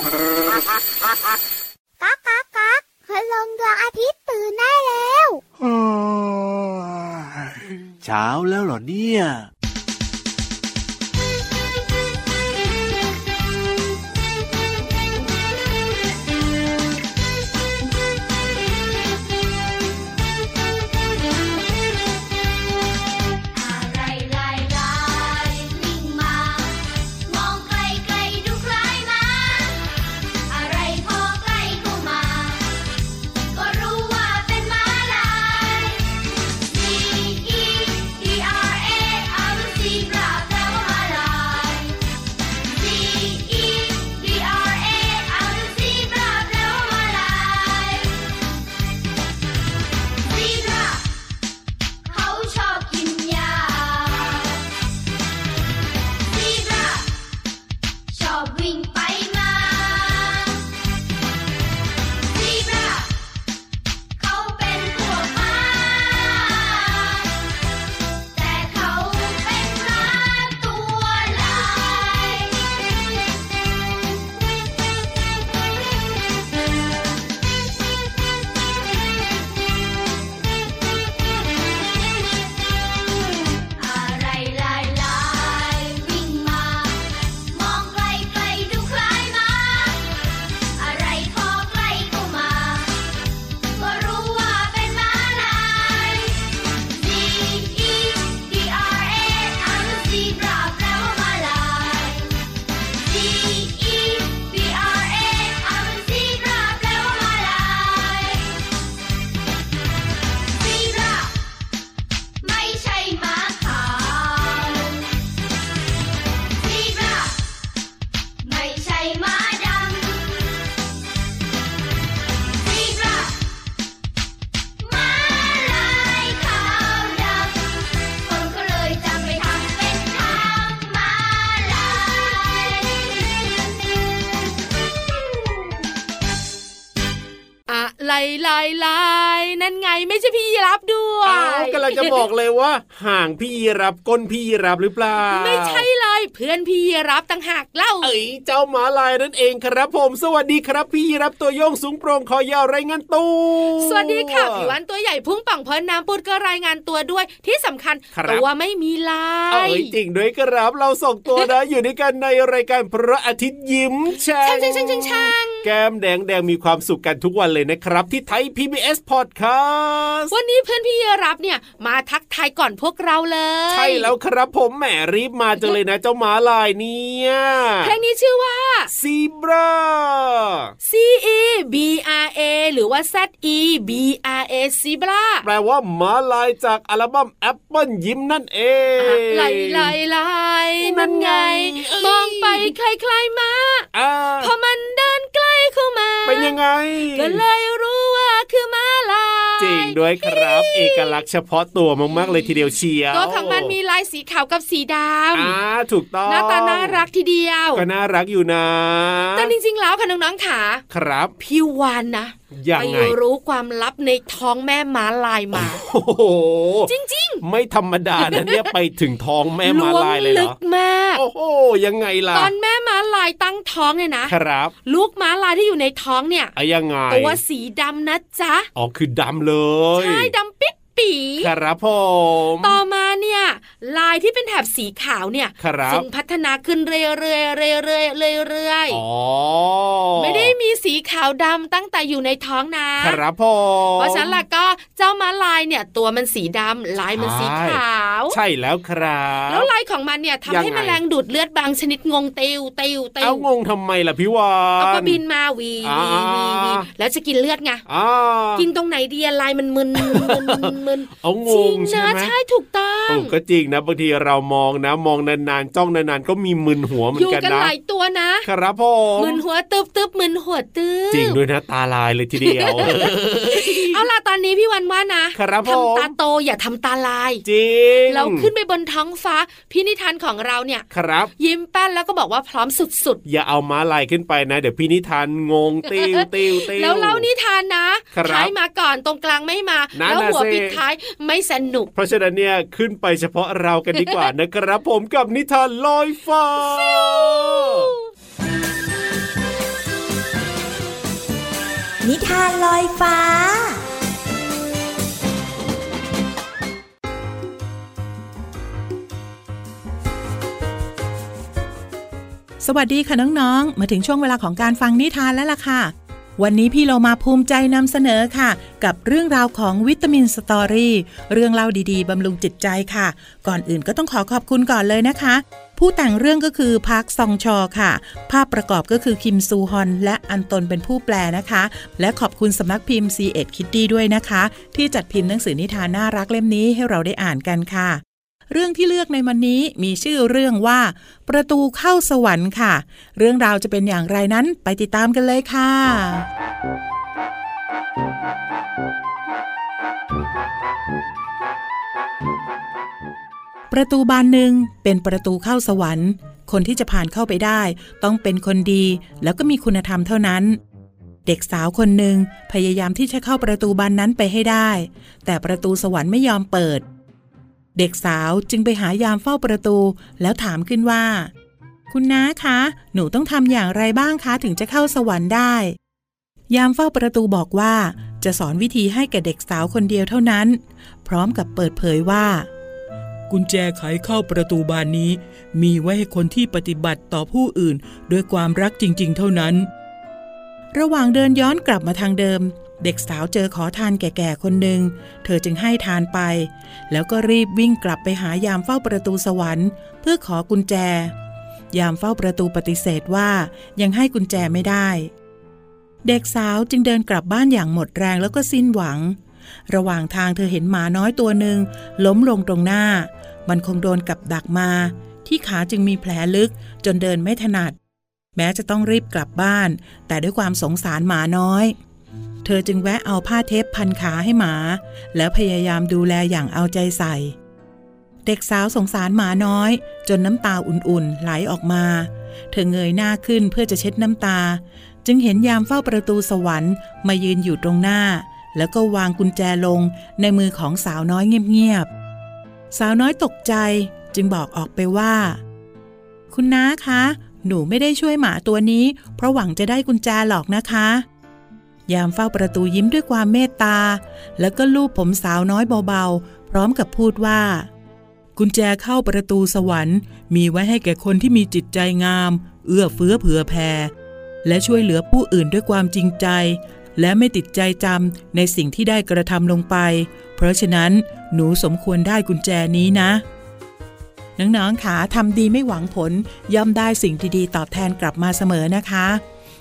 กักกักกักพลงดวงอาทิตย์ตื่นได้แล้ว เช้าแล้วเหรอเนี่ย อะไรลายลายวิ่งมามองไกลไกลดูคล้ายม้าอะไรพอใกล้เข้ามา ก็รู้ว่าเป็นม้าลาย C E E R A อาวุธสีปราบแปลว่าม้าลาย C E E R A อาวุธสีปราบแปลว่าม้าลายสีปราบ เขาชอบกินยาซีบราชอบวิ่งไปมาซีบราเขาเป็นพวกม้า แต่เขาเป็นม้าตัวลาย อะไรลายลายวิ่งมา มองไกลไกลดูคล้ายม้า อะไรพอใกล้เข้ามา ก็รู้ว่าเป็นม้าลาย D E B R A อ่านว่าซีบราแปลว่าม้าลาย D E B R A อ่านว่าซีบราแปลว่าม้าลายซีบรา ไม่ใช่ม้าขาวซีบราไม่ใช่ม้าดำซีบราม้าลายขาวดำคนก็เลยจำไปทำเป็นทางม้าลาย อะไรลายลายนั่นไงไม่ใช่พี่รับด้ว เอา ย กำลังจะบอกเลยว่า ห่างพี่ยีรับก้นพี่ยีรับหรือเปล่า ไม่ใช่เลยเพื่อนพี่รับต่างหากเล่า เอ้ยเจ้าหมาลายนั่นเองครับผม สวัสดีครับ พี่ยีรับตัวโยงสูงโปร่งคอยาวไรเงินตู สวัสดีค่ะผิววันตัวใหญ่พุ่งป่องพอน้ำปุดก็รายงานตัวด้วยที่สำคัญ ครับ ตัวไม่มีลา เอ้ ย ยจริงด้วยครับ เราส่งตัวนะ อยู่ด้วยกันในรายการพระอาทิตย์ยิ้มแฉ่ ช่างช่างช่างช่างช่าง แก้มแดงแดงมีความสุขกันทุกวันเลยนะครับ ที่ไทย PBS Podcast วันนี้เพื่อนพี่รับเนี่ยมาทักทายก่อนพวกเราเลย ใช่แล้วครับผมแหมรีบมาจังเลยนะ เจ้าหมาลายเนี่ย เพลงนี้ชื่อว่า ซีบรา C E B R A หรือว่า Z E B R A ซีบรา แปลว่าหมาลายจากอัลบั้มแอปเปิลยิ้มนั่นเอง ไหลไหลไหลนั่นไง มองไปคล้ายๆมา อ่า พอมันเดินใกล้เข้ามา เป็นยังไง ก็เลยรู้ว่าคือมาลาย จริงด้วยครับ เอกลักษณ์เฉพาะตัวมากๆเลยทีเดียวเชียว ตัวของมันมีลายสีขาวกับสีด อ่าถูกต้อ ำ ง หน้าตาน่ารักทีเดียว ก็น่ารักอยู่นะ แต่จริงๆแล้วค่ะน้องๆขา ครับ พี่วานนะ ยัง ไป ไง รู้ความลับในท้องแม่ม้าลายมา โอ้โห จริง ไม่ธรรมดานะเนี่ย ไปถึงท้องแม่ ๆ มาลายเลยเหร ลึ อ กมาก โอ้โห ยังไงล่ะ ตอนแม่ม้าลายตั้งท้องเนี่ยนะครับ ลูกม้าลายที่อยู่ในท้องเนี่ย อะยังไง ตัวสีดำนะจ๊ะ อ๋อคือดำเลย ใช่ดำปิ๊ดปี ครับผม ต่อมาเนี่ยลายที่เป็นแถบสีขาวเนี่ย ครับ ซึ่งพัฒนาขึ้นเรื่อยๆเรื่อยๆเรื่อยๆ อ๋อ ไม่ได้มีสีขาวดำตั้งแต่อยู่ในท้องนะ ครับผม เพราะฉะนั้นล่ะก็เจ้าม้าลายเนี่ย ตัวมันสีดำลายมัน ใช่ สีขาว ใช่แล้วครับ แล้วลายของมันเนี่ยทำให้ ยังไง แมลงดูดเลือดบางชนิดงงเตียวเตียวเตีย เอา ว งงทำไมล่ะพี่วาน เอาก็บินมาวีวีวีวี อ่า แล้วจะกินเลือดไง อ่า กินตรงไหนดีอะลายมันมึนมึนมึนมึน เอาง จริ ง ง ใช่ นะ ไหม ใช่ถูกต้อง โอ้ก็จริงนะบางทีเรามองนะ มองนานๆจ้องนานๆก็มีมึนหัวเหมือ อยู่ นกัน กัน นะ หลายตัวนะครับ ผม มึนหัวตึบตึบมึนหัวตึบ จริงด้วยนะตาลายเลยทีเดี ยว เอาล่ะตอนนี้พี่วันว่านะครับ ผม ทำตาโตอย่าทำตาลาย จริง เราขึ้นไปบนท้องฟ้าพี่นิทานของเราเนี่ย ครับ ยิ้มแป้นแล้วก็บอกว่าพร้อมสุด อย่าเอาม้าลายขึ้นไปนะ เดี๋ยวพี่นิทานงงติ้วติ้วติ้ๆวแล้วเล่านิทานนะครับ ท้ายมาก่อนตรงกลางไม่มา นั่น แล้ว น่ะ หัว สิ ปิดท้ายไม่สนุก เพราะฉะนั้นเนี่ยขึ้นไปเฉพาะเรากันดีกว่านะครับ ผมกับนิทานลอยฟ้า นิทานลอยฟ้า สวัสดีค่ะน้องๆ มาถึงช่วงเวลาของการฟังนิทานแล้วล่ะค่ะ วันนี้พี่เรามาภูมิใจนำเสนอค่ะ กับเรื่องราวของวิตามินสตอรี่เรื่องเล่าดีๆบำรุงจิตใจค่ะ ก่อนอื่นก็ต้องขอขอบคุณก่อนเลยนะคะ ผู้แต่งเรื่องก็คือพาร์คซองชอค่ะ ภาพประกอบก็คือคิมซูฮอน และอันตนเป็นผู้แปลนะคะ และขอบคุณสำนักพิมพ์ C ีเอ็ดคิตตี้ด้วยนะคะ ที่จัดพิมพ์หนังสือนิทานน่ารักเล่มนี้ให้เราได้อ่านกันค่ะ เรื่องที่เลือกในวันนี้มีชื่อเรื่องว่า ประตูเข้าสวรรค์ค่ะ เรื่องราวจะเป็นอย่างไรนั้นไปติดตามกันเลยค่ะ ประตูบานหนึ่งเป็นประตูเข้าสวรรค์ คนที่จะผ่านเข้าไปได้ ต้องเป็นคนดีแล้วก็มีคุณธรรมเท่านั้น เด็กสาวคนหนึ่งพยายามที่จะเข้าประตูบานนั้นไปให้ได้ แต่ประตูสวรรค์ไม่ยอมเปิด เด็กสาวจึงไปหายามเฝ้าประตู แล้วถามขึ้นว่า คุณน้าคะ หนูต้องทำอย่างไรบ้างคะถึงจะเข้าสวรรค์ได้ ยามเฝ้าประตูบอกว่า จะสอนวิธีให้แก่เด็กสาวคนเดียวเท่านั้น พร้อมกับเปิดเผยว่า กุญแจไขเข้าประตูบานนี้ มีไว้ให้คนที่ปฏิบัติต่อผู้อื่น ด้วยความรักจริง ๆ เท่านั้น ระหว่างเดินย้อนกลับมาทางเดิม เด็กสาวเจอขอทานแก่ๆคนหนึ่ง เธอจึงให้ทานไป แล้วก็รีบวิ่งกลับไปหายามเฝ้าประตูสวรรค์ เพื่อขอกุญแจ ยามเฝ้าประตูปฏิเสธว่ายังให้กุญแจไม่ได้ เด็กสาวจึงเดินกลับบ้านอย่างหมดแรงแล้วก็สิ้นหวัง ระหว่างทางเธอเห็นหมาน้อยตัวหนึ่งล้มลงตรงหน้า มันคงโดนกับดักมา ที่ขาจึงมีแผลลึกจนเดินไม่ถนัด แม้จะต้องรีบกลับบ้าน แต่ด้วยความสงสารหมาน้อย เธอจึงแวะเอาผ้าเทปพันขาให้หมา แล้วพยายามดูแลอย่างเอาใจใส่ เด็กสาวสงสารหมาน้อย จนน้ำตาอุ่นๆไหลออกมา เธอเงยหน้าขึ้นเพื่อจะเช็ดน้ำตา จึงเห็นยามเฝ้าประตูสวรรค์มายืนอยู่ตรงหน้า แล้วก็วางกุญแจลงในมือของสาวน้อยเงียบๆ สาวน้อยตกใจจึงบอกออกไปว่า คุณน้าคะ หนูไม่ได้ช่วยหมาตัวนี้ เพราะหวังจะได้กุญแจหรอกนะคะ ยามเฝ้าประตูยิ้มด้วยความเมตตา แล้วก็ลูบผมสาวน้อยเบาๆ พร้อมกับพูดว่า กุญแจเข้าประตูสวรรค์ มีไว้ให้แก่คนที่มีจิตใจงาม เอื้อเฟื้อเผื่อแผ่และช่วยเหลือผู้อื่นด้วยความจริงใจ และไม่ติดใจจำในสิ่งที่ได้กระทำลงไป เพราะฉะนั้นหนูสมควรได้กุญแจนี้นะ น้องๆค่ะทำดีไม่หวังผล ย่อมได้สิ่งดีๆตอบแทนกลับมาเสมอนะคะ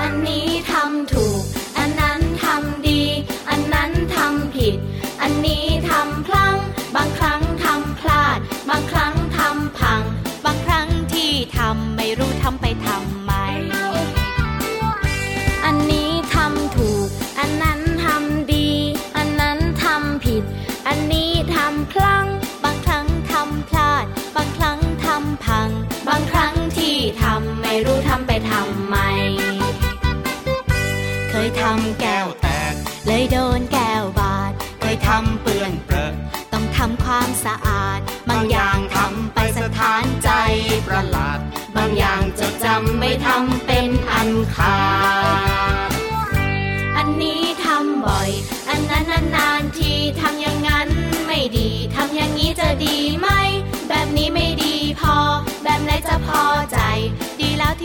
อันนี้ทำถูก อันนั้นทำดี อันนั้นทำผิด อันนี้ทำพลั้ง บางครั้งทำพลาด บางครั้งทำพัง บางครั้งที่ทำไม่รู้ทำไปทำไม อันนี้ทำถูก อันนั้นทำดี อันนั้นทำผิด อันนี้ทำพลั้ง บางครั้งทำพลาด บางครั้งทำพัง บางครั้งที่ทำไม่รู้ทำไปทำไม เคยทำแก้วแตก เลยโดนแก้วบาด เคยทำเปื้อนเปรอะต้องทำความสะอาด บางอย่างทำไปสถานใจประหลาด บางอย่างจดจำไม่ทำเป็นอันขาด อันนี้ทำบ่อย อันนั้นนานๆทีทำอย่างนั้นไม่ดี ทำอย่างนี้จะดีไหม แบบนี้ไม่ดีพอ แบบไหนจะพอใจ ดีแล้วท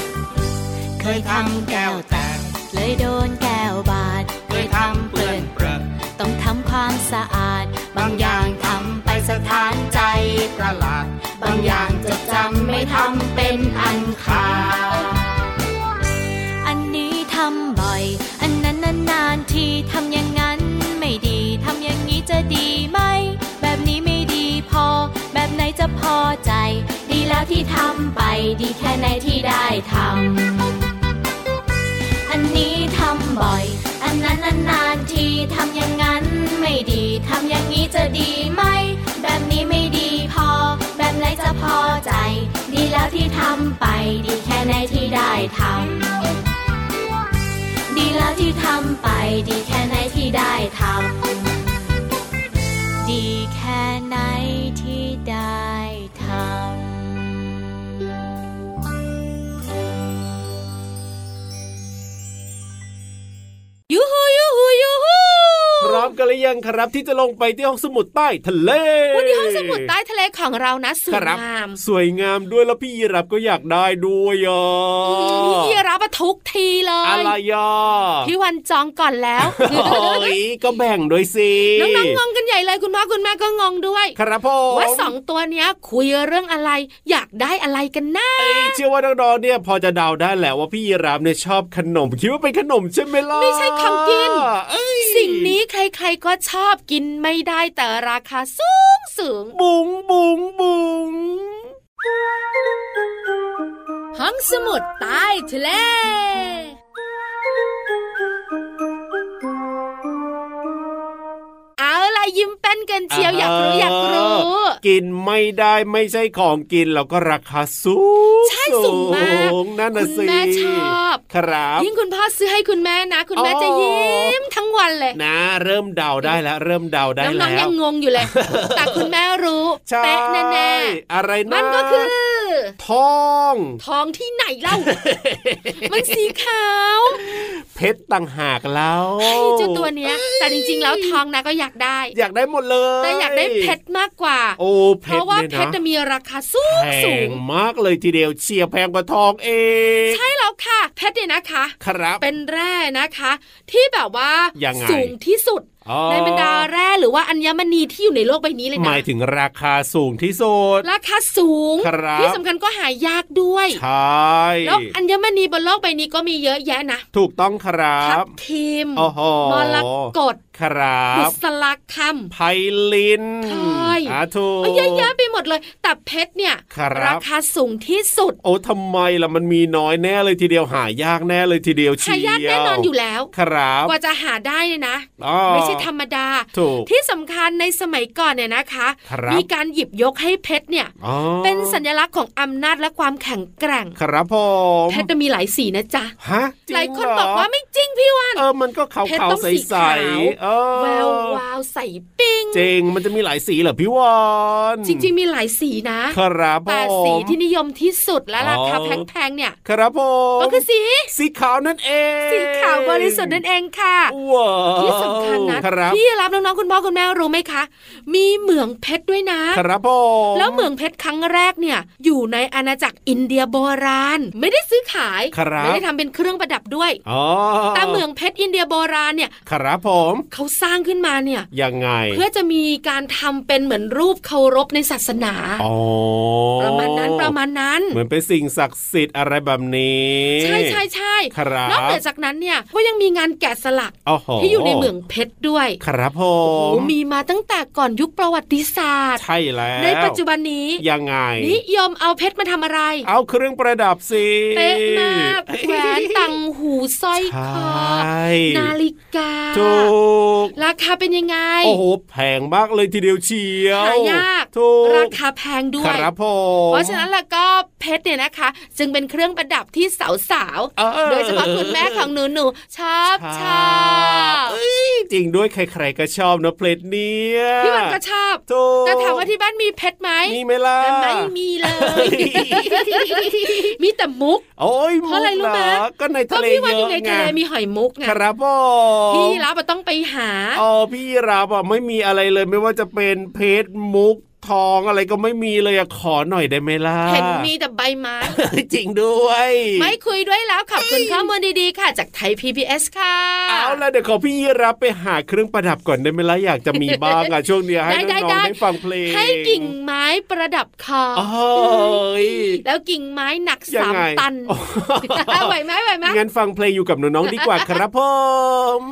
ำแก้วแตก เลยโดนแก้วบาดเลยทำเปื้อนเปรอะต้องทำความสะอาด บางอย่างทำไปสถานใจประหลาด บางอย่างจดจำไม่ทำเป็นอันขาด อันนี้ทำบ่อย อันนั้นนานๆทีทำอย่างนั้นไม่ดี ทำอย่างนี้จะดีไหม แบบนี้ไม่ดีพอ แบบไหนจะพอใจ ดีแล้วที่ทำไป ดีแค่ไหนที่ได้ทำ อันนี้ทำบ่อย อันนั้นนานๆทีทำอย่างนั้นไม่ดี ทำอย่างนี้จะดีไหม แบบนี้ไม่ดีพอ แบบไหนจะพอใจ ดีแล้วที่ทำไป ดีแค่ไหนที่ได้ทำ ดีแล้วที่ทำไป ดีแค่ไหนที่ได้ทำ ดีแค่ไหนที่ได้ท ยูฮูยูฮูยูฮู พร้อมกันหรือยังครับที่จะลงไปที่ห้องสมุดใต้ทะเล วันนี้ห้องสมุดใต้ทะเลของเรานะสวย ครับ งาม สวยงามด้วยแล้วพี่ยีรับก็อยากได้ด้วยอ่ะ พี่รับมาทุกทีเล อะไร ย อ่ะ พี่วันจองก่อนแล้ว โอ้ยก็แบ่งโดวยสิ น้องๆงงกันใหญ่เลยคุณพ่อคุณแม่ก็งงด้วย ครับผม ว่าสองตัวเนี้ยคุยเรื่องอะไร อยากได้อะไรกันนะ เอ้ยเชื่อว่าน้องๆเนี่ยพอจะเดาได้แหละว่าพี่ยีรับเนี่ยชอบขนมคิดว่าเป็นขนมใช่ไหมล่ะ ไม่ใช่ของกิน เอ้ย สิ่งนี้ใครๆก็ชอบกินไม่ได้แต่ราคาสูงสูง บุ๋งบุ๋งบุ๋ง ห้องสมุดใต้ทะเล เอาล่ะยิ้มเป็นกันเชียวอยากรู้อยากรู้ กินไม่ได้ไม่ใช่ของกินแล้วก็ราคาสูง ใช่สูงมาก นั่นนะ คุณ สิ แม่ชอบ ครับ ยิ่งคุณพ่อซื้อให้คุณแม่นะ คุณแม่ อ๋อ จะยิ้มทั้งวันเลย นะ เริ่มเดาได้แล้ว เริ่มเดาได้ น้องๆแล้ยั ว งงงอยู่เลย แต่คุณแม่รู้ ใช่ เป๊ะแน่ อะไร ๆ นะ มันก็คือ ทอง ทองที่ไหน เล่า มันสีขาว เพชรต่างหากแล้ว ไอ้เจ้าตัวเนี้ย แต่จริงๆ แล้วทองนะก็อยากได้ อยากได้หมดเลย แต่อยากได้เพชรมากกว่า โอ้เพ เพ ชร ราะว่า นี่ย เพ น ชรจะมีราคาสูง แพ สู ง ง มากเลยทีเดียวเชียร์แพงกว่าทองเอง ใช่แล้วค่ะ เพชรเนี่ยนะคะ ครับ เป็นแร่นะคะ ที่แบบว่าย งไง สูงที่สุด อ๋อ ในบรรดาแร่หรือว่าอัญมณีที่อยู่ในโลกใบนี้เลย ห นะ มายถึงราคาสูงที่สุด ราคาสูง ครับ ที่สำคัญก็หายากด้วย ใช่ แล้วอัญมณีบนโลกใบนี้ก็มีเยอะแยะนะ ถูกต้องครั ทั บ บทิม โอ้โห มรกต ครั บุ บ ษราคำ ไพลิน ใช่ อาถูก โอ้ยเยอะแยะไปหมดเลย แต่เพชรเนี่ย ครับ คาสูงที่สุด โอ้ทำไมล่ะมันมีน้อยแน่เลยทีเดียวหายากแน่เลยทีเดียวเชี หายากแน่นอนอยู่แล้ว ครับ กว่าจะหาได้เนี่ยนะ อ๋อ ไม่ใช่ธรรมดา ถูก ที่สำคัญในสมัยก่อนเนี่ยนะคะ ครับ มีการหยิบยกให้เพชรเนี่ย อ๋อ เป็นสัญลักษณ์ของอำนาจและความแข็งแกร่ง ครับผม เพชรจะมีหลายสีนะจ๊ะ ฮะจริง หลายคน เหร บอกว่าไม่จริงพี่วัน เออมันก็ขาว เพชร ขาว ต้อง ใส สี ใส ขาว ๆเออ แวววาวใสปิ้ง จริงมันจะมีหลายสีเหรอพี่วอน จริง ๆ มีหลายสีนะครับ ผม แต่สีที่นิยมที่สุดและราคา อ๋อ แพงๆเนี่ย ครับผม ก็คือสี สีขาวนั่นเอง สีขาวบริสุทธิ์นั่นเองค่ะ ว้าว ที่สำคัญนะครับ พี่รับน้องๆคุณพ่อคุณแม่รู้ไหมคะ มีเหมืองเพชรด้วยนะ ครับผม แล้วเหมืองเพชรครั้งแรกเนี่ย อยู่ในอาณาจักรอินเดียโบราณ ไม่ได้ซื้อขาย ครับ ไม่ได้ทำเป็นเครื่องประดับด้วย อ๋อ แต่เหมืองเพชรอินเดียโบราณเนี่ย ครับผม เขาสร้างขึ้นมาเนี่ย ยังไง เพื่อจะมีการทำเป็นเหมือนรูปเคารพในศาสนา อ๋อ ประมาณนั้นประมาณนั้น เหมือนเป็นสิ่งศักดิ์สิทธิ์อะไรแบบนี้ ใช่ใช่ใช่ ครับ นอกเหนือจากนั้นเนี่ยก็ยังมีงานแกะสลัก โอ้โห ที่อยู่ในเหมืองเพชรด้วย ครับผ โอ้ ม มีมาตั้งแต่ก่อนยุคประวัติศาสตร์ ใช่แล้ว ในปัจจุบันนี้ ยังไง นิยมเอาเพชรมาทำอะไร เอาเครื่องประดับสิ เป๊ะมากแหวนต่างหูสร้อย ใช คอ่ นาฬิกา ถูก ราคาเป็นยังไง โอ้โห แพงมากเลยทีเดียวเชียว หายาก ถูก ราคาแพงด้วย ครับผม เพราะฉะนั้นแล้วก็เพชรเนี่ยนะคะ จึงเป็นเครื่องประดับที่สาวๆ เออ โดยเฉพาะคุณแม่ของหนูหนูๆชอบชอบ เอ้ยจริงด้วยใครๆก็ชอบนะเพลทเนี่ย พี่วันก็ชอบ ถูก แต่ถามว่าที่บ้านมีเพชรไหม มีไหมล่ะ ไม่มีเลย มีแต่มุก โอ้ย เพราะอะไรรู้ไหม กเหอก็ใน ก็ ทะเล พี่วัน เย อยู่ อะ ใน ไง ทะเลมีหอยมุกไง ครับผม พี่รับอะต้องไปหา อ๋อพี่รับอ่ะไม่มีอะไรเลยไม่ว่าจะเป็นเพชรมุก ทองอะไรก็ไม่มีเลยอะขอหน่อยได้ไหมล่ะ เห็นมีแต่ใบไม้ จริงด้วย ไม่คุยด้วยแล้วขอบคุณข้อมูลดีๆ ค่ะ จากไทย PBS ค่ะ เอาละเดี๋ยวขอพี่ยีรับไปหาเครื่องประดับก่อนได้ไหมล่ะอยากจะมีบ้าง อะช่วงเนี้ยให้น้องๆได้ฟังเพลง ให้กิ่งไม้ประดับคอ โอ้ย แล้วกิ่งไม้หนัก ยั สาง ม ไง ตัน โอ้โห ไหวไหมไหวไหม งั้นฟังเพลงอยู่กับน้องๆดีกว่าครับผม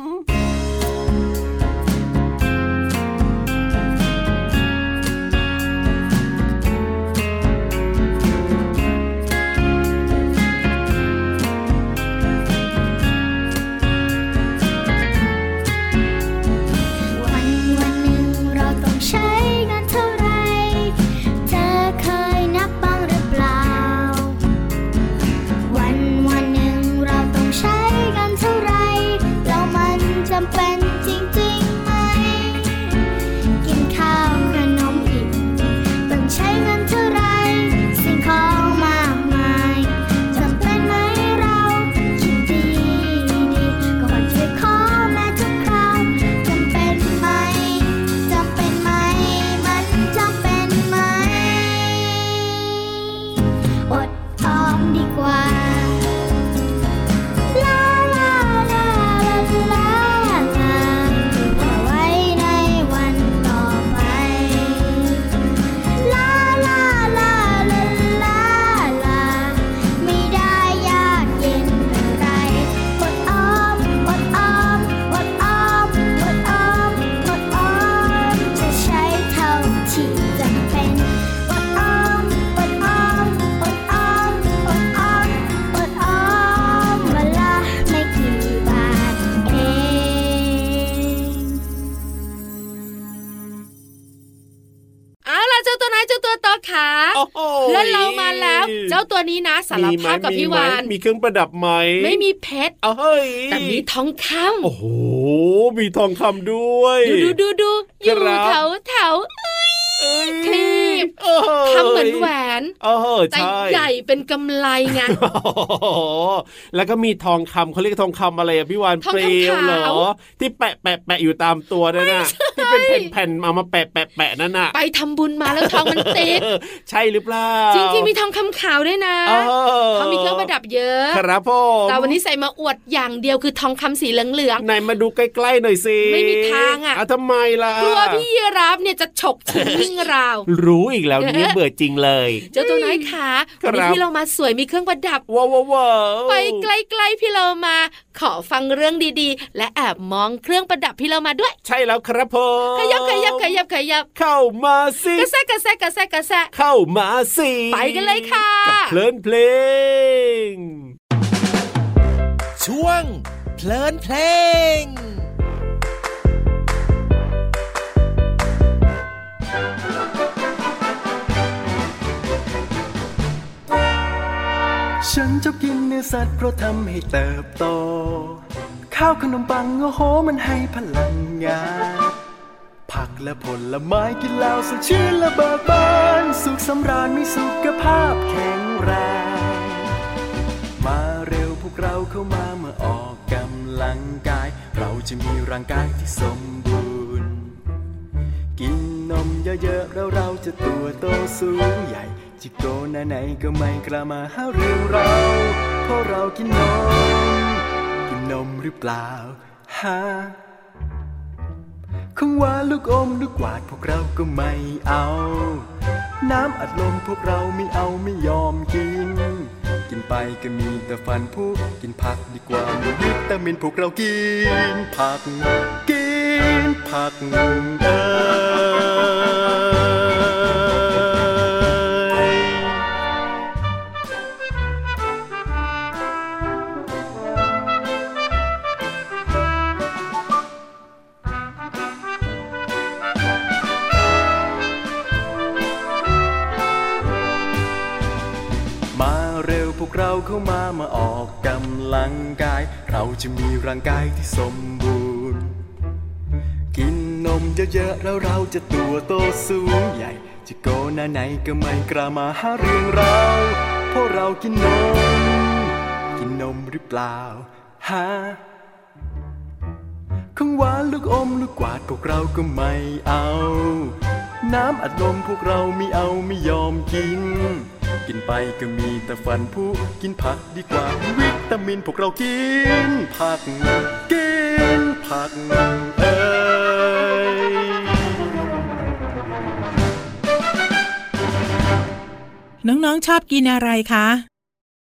วันวันหนึ่งเราต้องใช้เงินเท่าไร เธอเคยนับบ้างหรือเปล่า วันวันหนึ่งเราต้องใช้เงินเท่าไร แล้วมันจำเป็นจริงๆไหม กินข้าวขนมอีก ต้องใช้เงินเท่าไร สิ่งของมากมายจำเป็นไหมเราคิดดีดีๆก่อนจะขอแม่ทุกคราวจำเป็นไหมจำเป็นไหม มันจำเป็นไหม อดออมดีกว่า ลาลาลาลาลาลาเอาไว้ในวันต่อไป ลาลาลาลาลาลา ไม่ได้ยากเย็นอะไรอดอ้อมอดอ้อมอดอ้อมอดอ้อมอดอ้อมจะใช้เท่าที่จำเป็นอดอ้อมอดอ้อมอดอ้อมอดอ้อมอดอ้อมวันละไม่กี่บาทเอง เอาล่ะเจ้าตัวน้อยเจ้าตัวโตขา โอ้โห เพื่อนเรามาแล้ว เจ้าตัวนี้นะสาร มีไหม ภาพกับ มี พี่ ไหม วาน มีเครื่องประดับไหม ไม่มีเพชร เอาเฮ้ย แต่มีทองค โอ้โห มีทองคำด้วย ำดูดูดูดูอยู่ ครับ แถวแถว เอ้ย ครีบ เอ้ย ทำเหมือนแหวน เออ แต่ ใช่ ใหญ่เป็นกำไล ไง โอ้โหแล้วก็มีทองคำเขาเรียกทองคำอะไรอะพี่วาน ทอง เปล คำขาว วเหรอที่แปะแปะแปะอยู่ตามตัวนั่นน่ะที่เป็นแผ่นๆเอามาแปะแปะแปะนั่นน่ะ ไปทำบุญมาแล้วทองมันติด เออใช่หรือเปล่า จริงๆมีทองคำขาวด้วยนะ เออ เขามีเครื่องประดับเยอะ ครับผม แต่วันนี้ใส่มาอวดอย่างเดียวคือทองคำสีเหลือง ไหนมาดูใกล้ๆหน่อยสิ ไม่มีทางอะ ทำไมล่ะ ๆกลัวพี่ยีราฟเนี่ยจะฉกชิงวิ่งราว รู้อีกแล้วเนี่ยเบื่อจริงเลย เจ้าตัวน้อยขา ควันรับนี้พี่เรามาสวยมีเครื่องประดับ ว้าวว้าว ไปใกล้ๆพี่เรามา ขอฟังเรื่องดีๆ และแอบมองเครื่องประดับพี่เรามาด้วย ใช่แล้วครับผม ขยับขยับขยับขยับ เข้ามาสิ กระแซะกระแซะกระแซะกระแซะ เข้ามาสิ ไปกันเลยค่ะ กับเพลินเพลง ช่วง เพลินเพลง ฉันชอบกินเนื้อสัตว์เพราะทำให้เติบโต ข้าวขนมปังโอ้โหมันให้พลังงาน ผักและผลไม้กินแล้วสดชื่นและเบิกบานสุขสำราญมีสุขภาพแข็งแรง มาเร็วพวกเราเข้ามาเมื่อออกกำลังกาย เราจะมีร่างกายที่สมบูรณ์ กินนมเยอะๆแล้วเราจะตัวโตสูงใหญ่ จิกโกหน้าไหนก็ไม่กล้ามาหาเรื่องเรา เพราะเรากินนม กินนมหรือเปล่าฮะของหวานลูกอมลูกกวาดพวกเราก็ไม่เอา น้ำอัดลมพวกเราไม่เอาไม่ยอมกิน กินไปก็มีแต่ฟันผุกินผักดีกว่ามีวิตามินพวกเรากินผัก กินผักเอ้ย มาเร็วพวกเราเข้ามามาออกกำลังกาย เราจะมีร่างกายที่สมบูรณ์ กินนมเยอะๆแล้วเราจะตัวโตสูงใหญ่ จะโกหน้าไหนก็ไม่กล้ามาหาเรื่องเรา เพราะเรากินนม กินนมหรือเปล่าฮะของหวานลูกอมลูกกวาดพวกเราก็ไม่เอา น้ำอัดลมพวกเรามีเอาไม่ยอมกิน กินไปก็มีแต่ฟันผุกินผักดีกว่าวิตามินพวกเรากินผัก กินผักเอ้ย น้องๆชอบกินอะไรคะ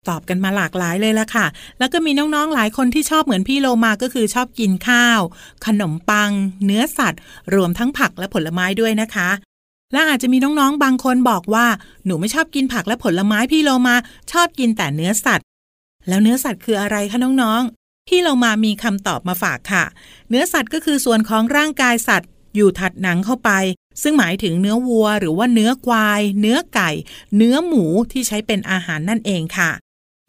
ตอบกันมาหลากหลายเลยละค่ะ แล้วก็มีน้องๆหลายคนที่ชอบเหมือนพี่โลมาก็คือชอบกินข้าว ขนมปัง เนื้อสัตว์ รวมทั้งผักและผลไม้ด้วยนะคะ และอาจจะมีน้องๆบางคนบอกว่า หนูไม่ชอบกินผักและผลไม้พี่โลมาชอบกินแต่เนื้อสัตว์ แล้วเนื้อสัตว์คืออะไรคะน้องๆพี่โลมามีคำตอบมาฝากค่ะ เนื้อสัตว์ก็คือส่วนของร่างกายสัตว์ อยู่ถัดหนังเข้าไป ซึ่งหมายถึงเนื้อวัว หรือว่าเนื้อควาย เนื้อไก่ เนื้อหมูที่ใช้เป็นอาหารนั่นเองค่ะ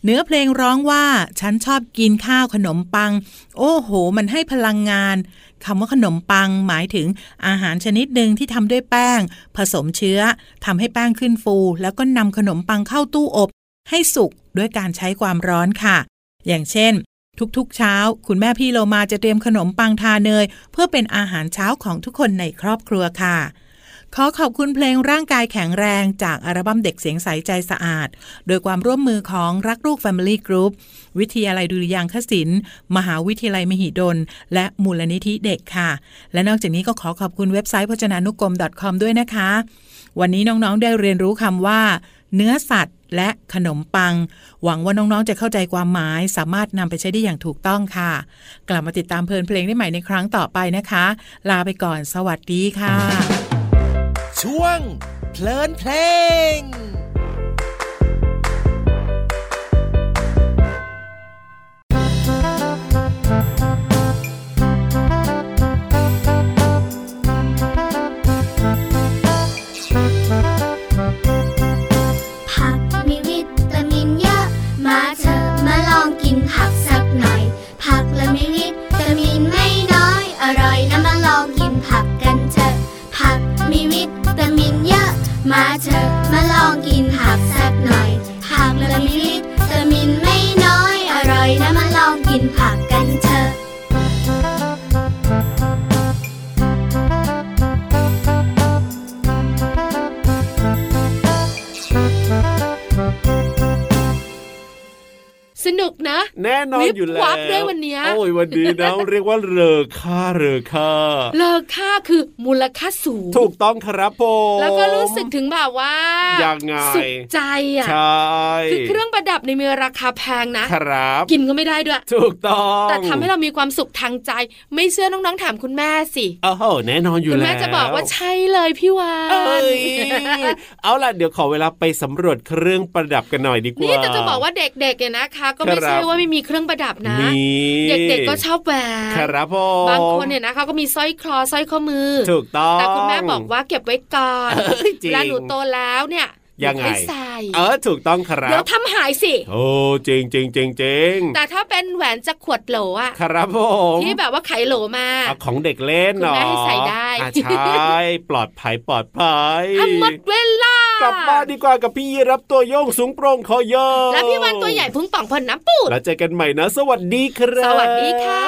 เนื้อเพลงร้องว่า ฉันชอบกินข้าวขนมปัง โอ้โห มันให้พลังงานคำว่าขนมปัง หมายถึงอาหารชนิดหนึ่งที่ทำด้วยแป้ง ผสมเชื้อทำให้แป้งขึ้นฟู แล้วก็นำขนมปังเข้าตู้อบ ให้สุกด้วยการใช้ความร้อนค่ะ อย่างเช่น ทุกๆ เช้า คุณแม่พี่โลมาจะเตรียมขนมปังทาเนย เพื่อเป็นอาหารเช้าของทุกคนในครอบครัวค่ะ ขอขอบคุณเพลงร่างกายแข็งแรงจากอัลบั้มเด็กเสียงใสใจสะอาด โดยความร่วมมือของรักลูก Family Group วิทยาลัยดุริยางคศิลป์มหาวิทยาลัยมหิดล และมูลนิธิเด็กค่ะ และนอกจากนี้ก็ขอขอบคุณเว็บไซต์พจนานุกรม .com ด้วยนะคะ วันนี้น้องๆได้เรียนรู้คำว่า เนื้อสัตว์ และขนมปัง หวังว่าน้องๆจะเข้าใจความหมาย สามารถนำไปใช้ได้อย่างถูกต้องค่ะ กลับมาติดตามเพลินเพลงได้ใหม่ในครั้งต่อไปนะคะ ลาไปก่อน สวัสดีค่ะ ช่วง เพลินเพลง ผักมีวิตามินเยอะ มาเถอะมาลองกินผักสักหน่อย ผักและมีวิตามินไม่น้อย อร่อยนะมาลองกินผักกันเถอะ ผักมีวิตามินเยอะ มาเถอะมาลองกินผักสักหน่อย ผักและมีวิตามินไม่น้อย อร่อยนะมาลองกินผักกันเถอะ สนุกนะ แน่นอน วิบ อยู่แล้ว วับด้วยวันเนี้ย โอ้ยวันนี้นะ เรียกว่าเรอค่าเรอค่า เลิกค่าคือมูลค่าสูง ถูกต้องครับผม แล้วก็รู้สึกถึงแบบว่า ยังไง สุขใจอ่ะ ใช่ คือเครื่องประดับในยมีราคาแพงนะ ครับ กินก็ไม่ได้ด้วย ถูกต้อง แต่ทำให้เรามีความสุขทางใจ ไม่เชื่อน้องๆถามคุณแม่สิ โอ้โหแน่นอนอยู่ คุณ แล้ว แม่จะบอกว่าใช่เลยพี่วาน เอ้ยเอาล่ะเดี๋ยวขอเวลาไปสำรวจเครื่องประดับกันหน่อยดีกว่า นี่แต่จะบอกว่าเด็กๆเนี่ยนะคะ ก็ไม่ ครับ ใช่ว่าไม่มีเครื่องประดับนะ มี เด็กๆก็ชอบแหว คน รับผม บางคนเนี่ยนะคะก็มีสร้อยคลอสร้อยข้อมือ ถูกต้อง แต่คุณแม่บอกว่าเก็บไว้ก่อน เอ้ยจริง เวลาหนูโตแล้วเนี่ย ยังไง หนูค่อใส่ เออถูกต้องครั เดี๋ยว บ ทำหายสิ โอ้จริงจริงจริงจริง แต่ถ้าเป็นแหวนจากขวดโหลอะ ครับผม ที่แบบว่าไขโหลมา เอาของเด็กเล่น คุณ เนาะ แม่ให้ใส่ได้ อ่ะใช่ปลอดภัยปลอดภัย ทำหมดเวลาก ก ลับบ้านดีกว่ากับพี่รับตัวโยงสูงโปร่งคอเยอ แล้วพี่วันตัวใหญ่พุ่งป่องพอนน้ำปูด แล้วเจอกันใหม่นะ สวัสดีครับ สวัสดีค่ะ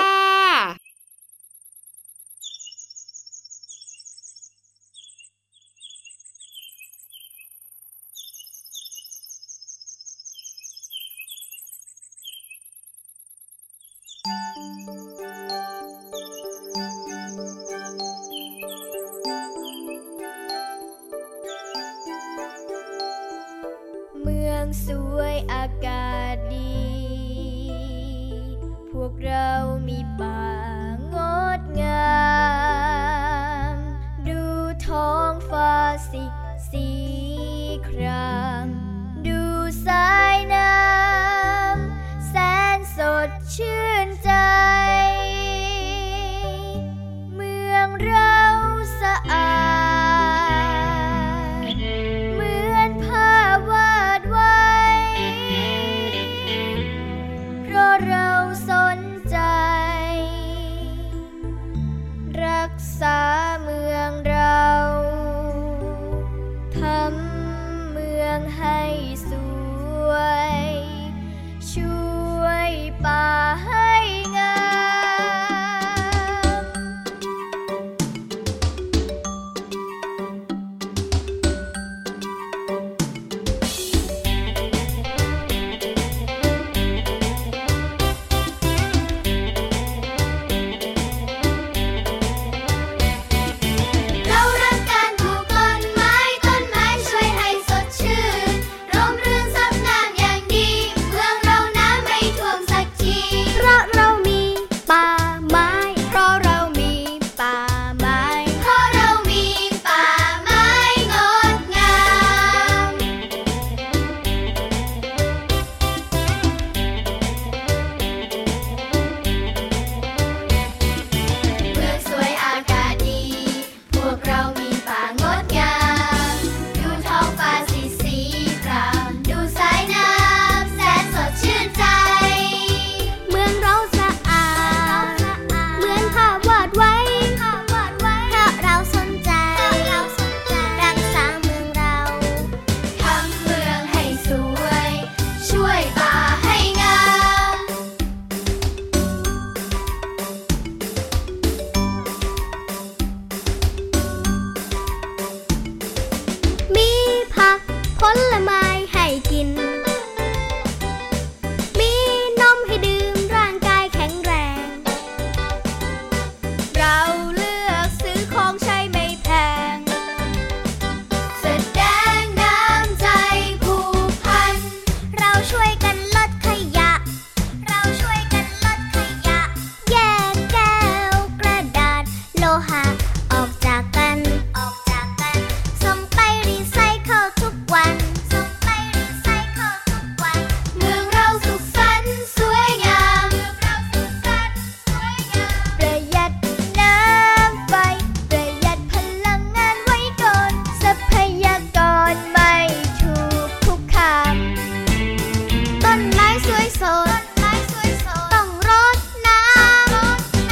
เมืองสวยอากาศดี พวกเรามีป่างดงาม ดูท้องฟ้าสิสีคราม ดูสายน้ำแสนสดชื่นใจ เมืองเราสะอาด เหมือนภาพวาดไว้ เพราะเราสนใจ รักษาเมืองเรา ทำเมืองให้ ลไม้ให้กิน มีนมให้ดื่มร่างกายแข็งแรง เราเลือกซื้อของใช้ไม่แพง แสดงน้ำใจผูกพัน เราช่วยกันลดขยะ เราช่วยกันลดขยะ แยกแก้วกระดาษโลหะ ออกจากกัน ออกจากกัน ส่งไปรีไซเคิลทุกวัน ส่งไปรีไซเคิลทุกวัน เมืองเราสุขสันต์สวยงาม เมืองเราสุขสันต์สวยงาม ประหยัดน้ำไฟ ประหยัดพลังงานไว้ก่อน ทรัพยากรไม่ถูกคุกคาม ต้นไม้สวยสดต้องรดน้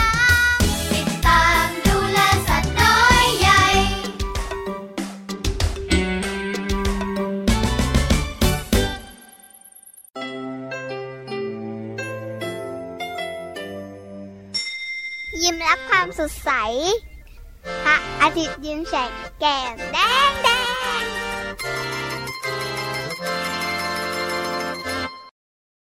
ำติดตามดูแลสัตว์น้อยใหญ่ ยิ้มรับความสดใส พระอาทิตย์ยิ้มแฉกแก้มแดงแด